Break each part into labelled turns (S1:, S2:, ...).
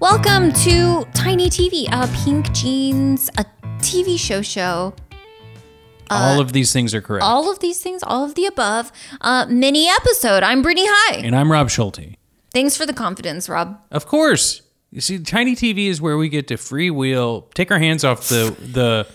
S1: Welcome to Tiny TV, uh, Pink Jeans, a TV show show.
S2: All of these things are correct.
S1: Uh, All of these things, all of the above. Uh, mini episode. I'm Brittany High.
S2: and I'm Rob Schulte.
S1: Thanks for the confidence, Rob.
S2: Of course. You see, Tiny TV is where we get to freewheel, take our hands off the the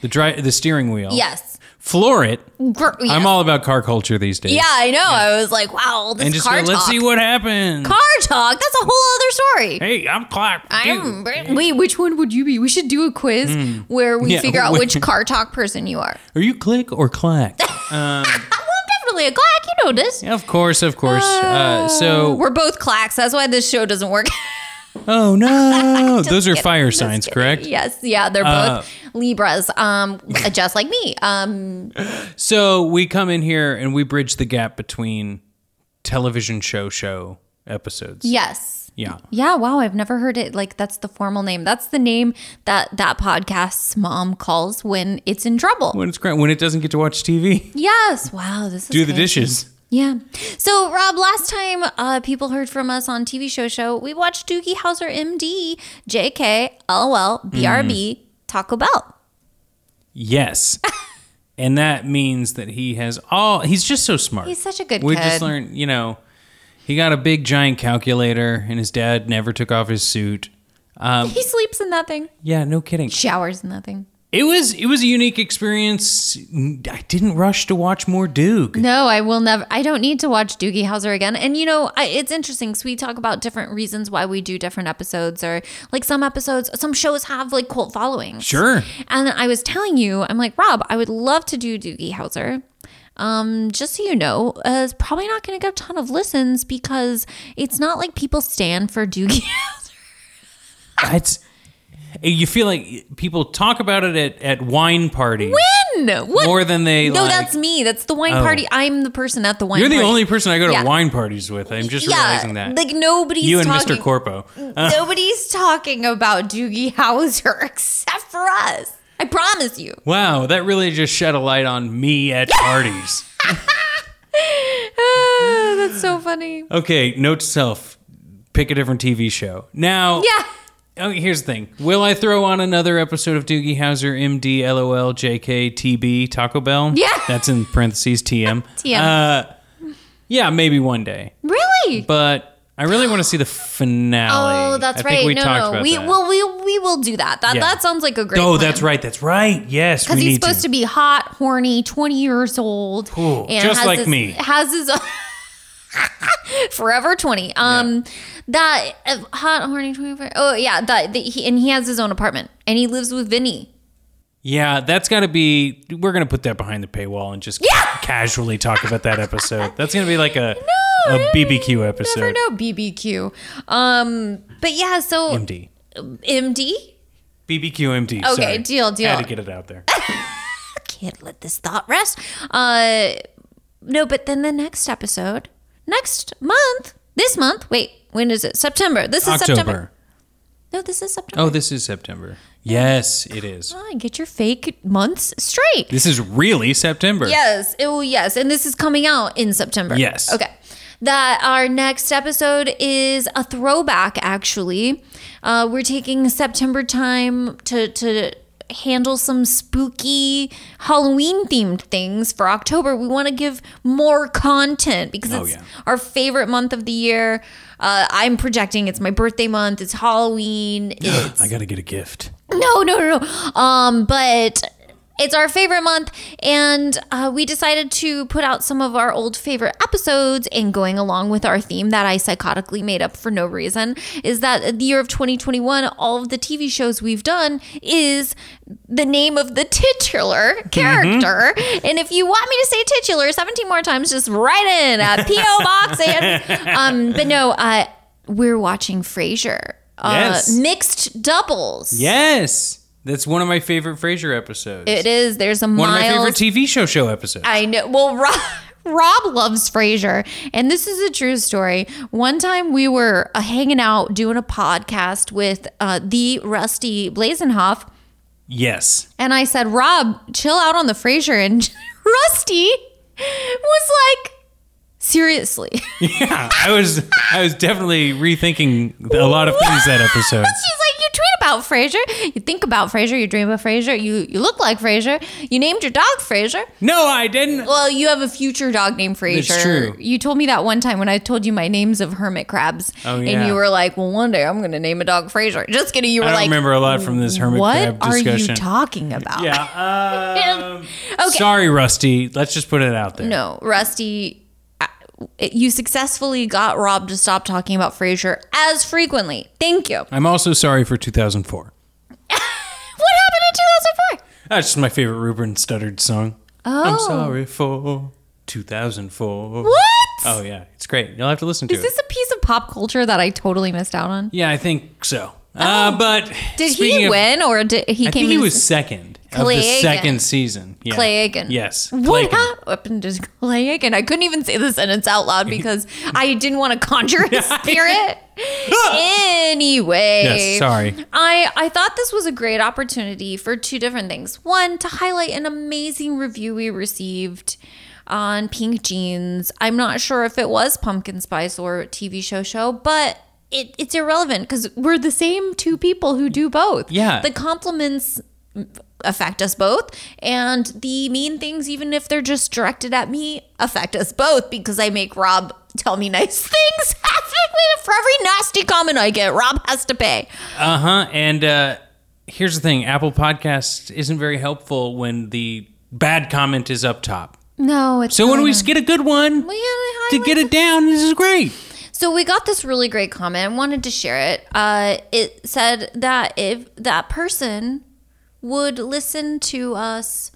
S2: the dry, the steering wheel.
S1: Yes.
S2: Floor it.
S1: Gr- yes.
S2: Oh. I'm all about car culture these days.
S1: yeah, I know. I was like, wow, all this
S2: And just go,
S1: car
S2: let's
S1: talk.
S2: see what happens.
S1: car talk. That's a whole other story.
S2: hey, I'm Clark.
S1: I'm Brit- Wait, which one would you be? We should do a quiz where we
S2: Hmm. Yeah,
S1: figure out
S2: wait.
S1: which car talk person you are.
S2: Are you Click or Clack?
S1: Well, I'm definitely a clack. You know this.
S2: of course, of course. Uh,
S1: Oh.
S2: so,
S1: We're both clacks. That's why this show doesn't work.
S2: oh no, those are
S1: kidding,
S2: fire signs, correct?
S1: yes, yeah, they're
S2: Uh,
S1: both Libras, um, just like me. Um,
S2: So we come in here and we bridge the gap between television show show episodes.
S1: yes.
S2: Yeah.
S1: Yeah, wow, I've never heard it. Like that's the formal name. That's the name that that podcast's mom calls when it's in trouble.
S2: When it's cra- when it doesn't get to watch TV,
S1: Yes. Wow, this is
S2: do the
S1: fancy.
S2: dishes.
S1: Yeah. So, Rob, last time uh, people heard from us on TV show show, we watched Doogie Howser, MD, JK, LOL, BRB,
S2: Mm.
S1: Taco Bell.
S2: Yes. and that means that he has all he's just so smart.
S1: He's such a good
S2: We
S1: kid.
S2: just learned, you know, he got a big giant calculator and his dad never took off his suit. Um,
S1: he sleeps in that thing,
S2: Yeah, no kidding.
S1: showers in that thing.
S2: It was it was a unique experience. I didn't rush to watch more Duke.
S1: No, I will never. I don't need to watch Doogie Howser again. And you know, I, it's interesting. So we talk about different reasons why we do different episodes, or like some episodes, some shows have like cult following.
S2: Sure.
S1: And I was telling you, I'm like Rob, I would love to do Doogie Howser. Um, just so you know, uh, it's probably not going to get a ton of listens because it's not like people stand for Doogie. Howser.
S2: It's you feel like people talk about it at, at wine parties
S1: no, what?
S2: more than they
S1: no,
S2: like,
S1: that's me. That's the wine
S2: Oh.
S1: party. I'm the person at the wine.
S2: You're the
S1: party.
S2: only person I go to
S1: Yeah.
S2: wine parties with. I'm just realizing that.
S1: Like nobody's
S2: you and
S1: talking.
S2: Mr. Corpo.
S1: Nobody's talking about Doogie Howser except for us. I promise you.
S2: Wow, that really just shed a light on me at parties.
S1: Ah, that's so funny.
S2: Okay, note to self pick a different TV show. Now,
S1: Yeah.
S2: oh, here's the thing Will I throw on another episode of Doogie Howser, MD, LOL, JK, TB, Taco Bell?
S1: Yeah.
S2: That's in parentheses, TM.
S1: TM.
S2: Uh, yeah, maybe one day.
S1: Really?
S2: But I really want to see the finale.
S1: Oh, that's
S2: I
S1: right.
S2: Think we
S1: no,
S2: talked
S1: no,
S2: About
S1: we
S2: that.
S1: well, we we will do that. That
S2: Yeah.
S1: that sounds like a great.
S2: Oh, that's right. That's right. Yes, we
S1: Because he's
S2: need
S1: supposed to. be hot, horny, twenty years old,
S2: Ooh, just
S1: has
S2: like
S1: his,
S2: me.
S1: Has his forever twenty. Um, that uh, hot, horny, twenty. four- Oh yeah, that, that he, and he has his own apartment, and he lives with Vinny.
S2: Yeah, that's got to be. We're gonna put that behind the paywall and just
S1: Yeah!
S2: casually talk about that episode. That's gonna be like a a
S1: no,
S2: BBQ episode.
S1: Never know BBQ. Um, but yeah, so
S2: MD
S1: MD
S2: BBQ MD.
S1: Okay,
S2: sorry.
S1: deal, deal.
S2: Had to get it out there.
S1: can't let this thought rest. Uh, no, but then the next episode, next month, this month. Wait, when is it? September. This is September.
S2: October.
S1: No, this is September.
S2: Oh, this is September. Yes, it is.
S1: Fine, get your fake months straight.
S2: This is really September.
S1: Yes. It will. Yes, and this is coming out in September.
S2: Yes.
S1: Okay. That our next episode is a throwback. Actually, uh, we're taking September time to to handle some spooky Halloween themed things for October. We want to give more content because
S2: Oh,
S1: it's
S2: yeah.
S1: our favorite month of the year. Uh, I'm projecting it's my birthday month. It's Halloween. It's
S2: I gotta get a gift.
S1: no, no, no, no. Um, but it's our favorite month, and uh, we decided to put out some of our old favorite episodes. And going along with our theme that I psychotically made up for no reason is that the year of 2021, all of the TV shows we've done is the name of the titular character. And if you want me to say titular 17 more times, just write in a PO box. And um, but no, uh, we're watching Frasier. Uh,
S2: Yes.
S1: Mixed doubles.
S2: Yes, that's one of my favorite Frasier episodes.
S1: It is. There's a
S2: one
S1: Miles.
S2: of my favorite TV show show episodes.
S1: I know. Well, Rob, Rob loves Frasier, and this is a true story. One time we were uh, hanging out doing a podcast with uh, the Rusty Blazenhoff,
S2: yes.
S1: and I said, "Rob, chill out on the Frasier," and Rusty was like, Seriously.
S2: Yeah, I was I was definitely rethinking a lot of things that
S1: She's
S2: episode.
S1: like, you tweet about Frasier, you think about Frasier, you dream of Frasier, you, you look like Frasier, you named your dog Frasier.
S2: No, I didn't.
S1: Well, you have a future dog named Frasier.
S2: true.
S1: You told me that one time when I told you my names of hermit crabs.
S2: Oh,
S1: And
S2: yeah.
S1: you were like, well, one day I'm going to name a dog Frasier. Just kidding. You were
S2: I don't
S1: like,
S2: remember a lot from this hermit
S1: what
S2: crab
S1: are you
S2: discussion.
S1: talking about?
S2: yeah. Um,
S1: Okay.
S2: Sorry, Rusty. Let's just put it out there.
S1: No, Rusty, I- you successfully got Rob to stop talking about Frasier as frequently. Thank you.
S2: I'm also sorry for 2004.
S1: What happened in 2004?
S2: That's just my favorite Ruben Studdard song.
S1: Oh.
S2: I'm sorry for 2004.
S1: What?
S2: Oh yeah, it's great. You'll have to listen to
S1: Is
S2: it.
S1: this a piece of pop culture that I totally missed out on?
S2: yeah, I think so. Uh, but
S1: Oh. Did
S2: speaking
S1: he
S2: of-
S1: win or did he
S2: I
S1: came
S2: think he
S1: in
S2: was second of the
S1: Clay Aiken.
S2: second season. Yeah.
S1: Clay Aiken.
S2: Yes. Clay
S1: What
S2: Aiken.
S1: happened to Clay Aiken? I couldn't even say the sentence out loud because I didn't want to conjure his spirit. anyway.
S2: Ah! Yes, sorry.
S1: I, I thought this was a great opportunity for two different things. One, to highlight an amazing review we received on Pink Jeans. I'm not sure if it was Pumpkin Spice or TV show show, but it, it's irrelevant because we're the same two people who do both.
S2: Yeah.
S1: The compliments affect us both and the mean things even if they're just directed at me affect us both because i make rob tell me nice things for every nasty comment i get rob has to pay
S2: Uh huh. And uh, here's the thing: Apple Podcasts isn't very helpful when the bad comment is up top.
S1: no it's
S2: So when
S1: not.
S2: we get a good one
S1: We gotta
S2: to
S1: highlight
S2: get it down, this is great.
S1: So we got this really great comment. I wanted to share it. Uh, it said that if that person would listen to us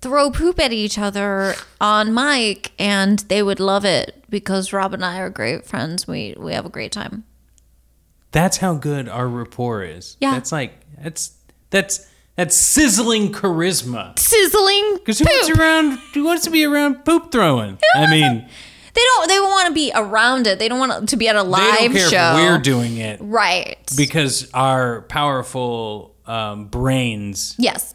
S1: throw poop at each other on mic, and they would love it because Rob and I are great friends. We we have a great time.
S2: That's how good our rapport is.
S1: Yeah.
S2: That's like that's that's that's sizzling charisma.
S1: Sizzling
S2: Because who wants
S1: poop.
S2: around? Who wants to be around poop throwing? I mean,
S1: They don't. They want to be around it. They don't want to be at a
S2: they
S1: live
S2: don't care
S1: show.
S2: if we're doing it
S1: right.
S2: because our powerful um, brains
S1: yes.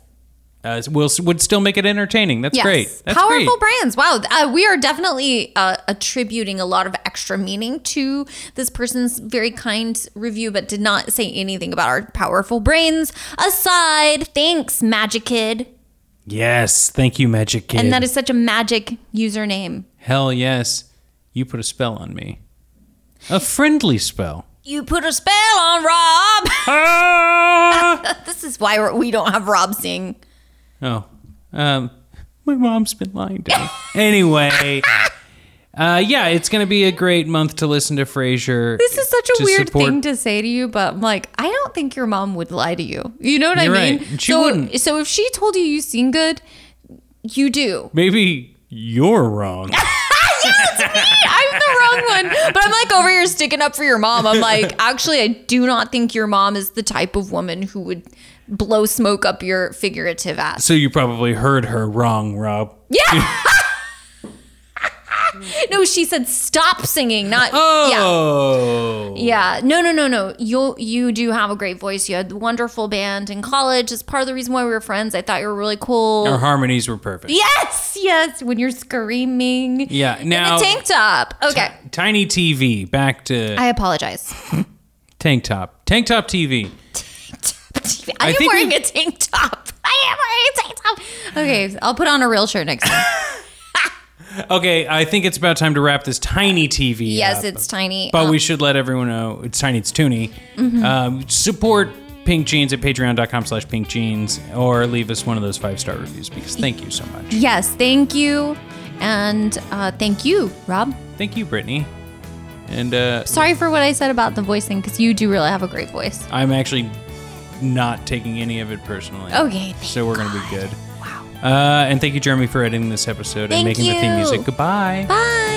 S2: uh, will would still make it entertaining. That's
S1: Yes.
S2: great. That's great.
S1: Powerful brands. Wow. Uh, we are definitely uh, attributing a lot of extra meaning to this person's very kind review, but did not say anything about our powerful brains. Aside, thanks, Magic Kid.
S2: Yes, thank you, Magic Kid.
S1: And that is such a magic username.
S2: Hell yes, you put a spell on me. A friendly spell.
S1: You put a spell on Rob.
S2: Ah!
S1: this is why we're, we don't have Rob sing.
S2: oh, um, my mom's been lying to me. Anyway, uh, yeah, it's gonna be a great month to listen to Frasier.
S1: This is such a weird thing to say to you, but I'm like, I don't think your mom would lie to you. You know what
S2: You're
S1: I mean?
S2: right. She
S1: so,
S2: wouldn't.
S1: so if she told you you sing good, you do.
S2: Maybe you're wrong.
S1: I'm the wrong one. But I'm like over here sticking up for your mom. I'm like, actually, I do not think your mom is the type of woman who would blow smoke up your figurative ass.
S2: so you probably heard her wrong, Rob.
S1: Yeah. no, she said stop singing, not yeah.
S2: Oh,
S1: Yeah. No, no, no, no. You you do have a great voice. You had a wonderful band in college. It's part of the reason why we were friends. I thought you were really cool.
S2: our harmonies were perfect.
S1: Yes, yes. When you're screaming.
S2: Yeah. Now,
S1: In a tank top. Okay.
S2: Tiny TV. Back to
S1: I apologize.
S2: tank top. Tank top TV.
S1: I am
S2: think
S1: wearing
S2: we-
S1: a tank top. I am wearing a tank top. Okay, I'll put on a real shirt next time.
S2: Okay, I think it's about time to wrap this tiny TV.
S1: yes,
S2: up.
S1: it's tiny. Um,
S2: But we should let everyone know it's tiny. It's toony.
S1: Mm-hmm.
S2: Um, support Pink Jeans at Patreon.com/slash Pink Jeans, or leave us one of those five star reviews because thank you so much.
S1: yes, thank you. And uh, thank you, Rob.
S2: Thank you, Brittany. And uh,
S1: Sorry for what I said about the voice thing because you do really have a great voice.
S2: I'm actually not taking any of it personally.
S1: Okay, thank
S2: So we're gonna be good.
S1: Wow.
S2: Uh, and thank you, Jeremy, for editing this episode and
S1: Thank
S2: making the theme
S1: you.
S2: music. Goodbye.
S1: Bye.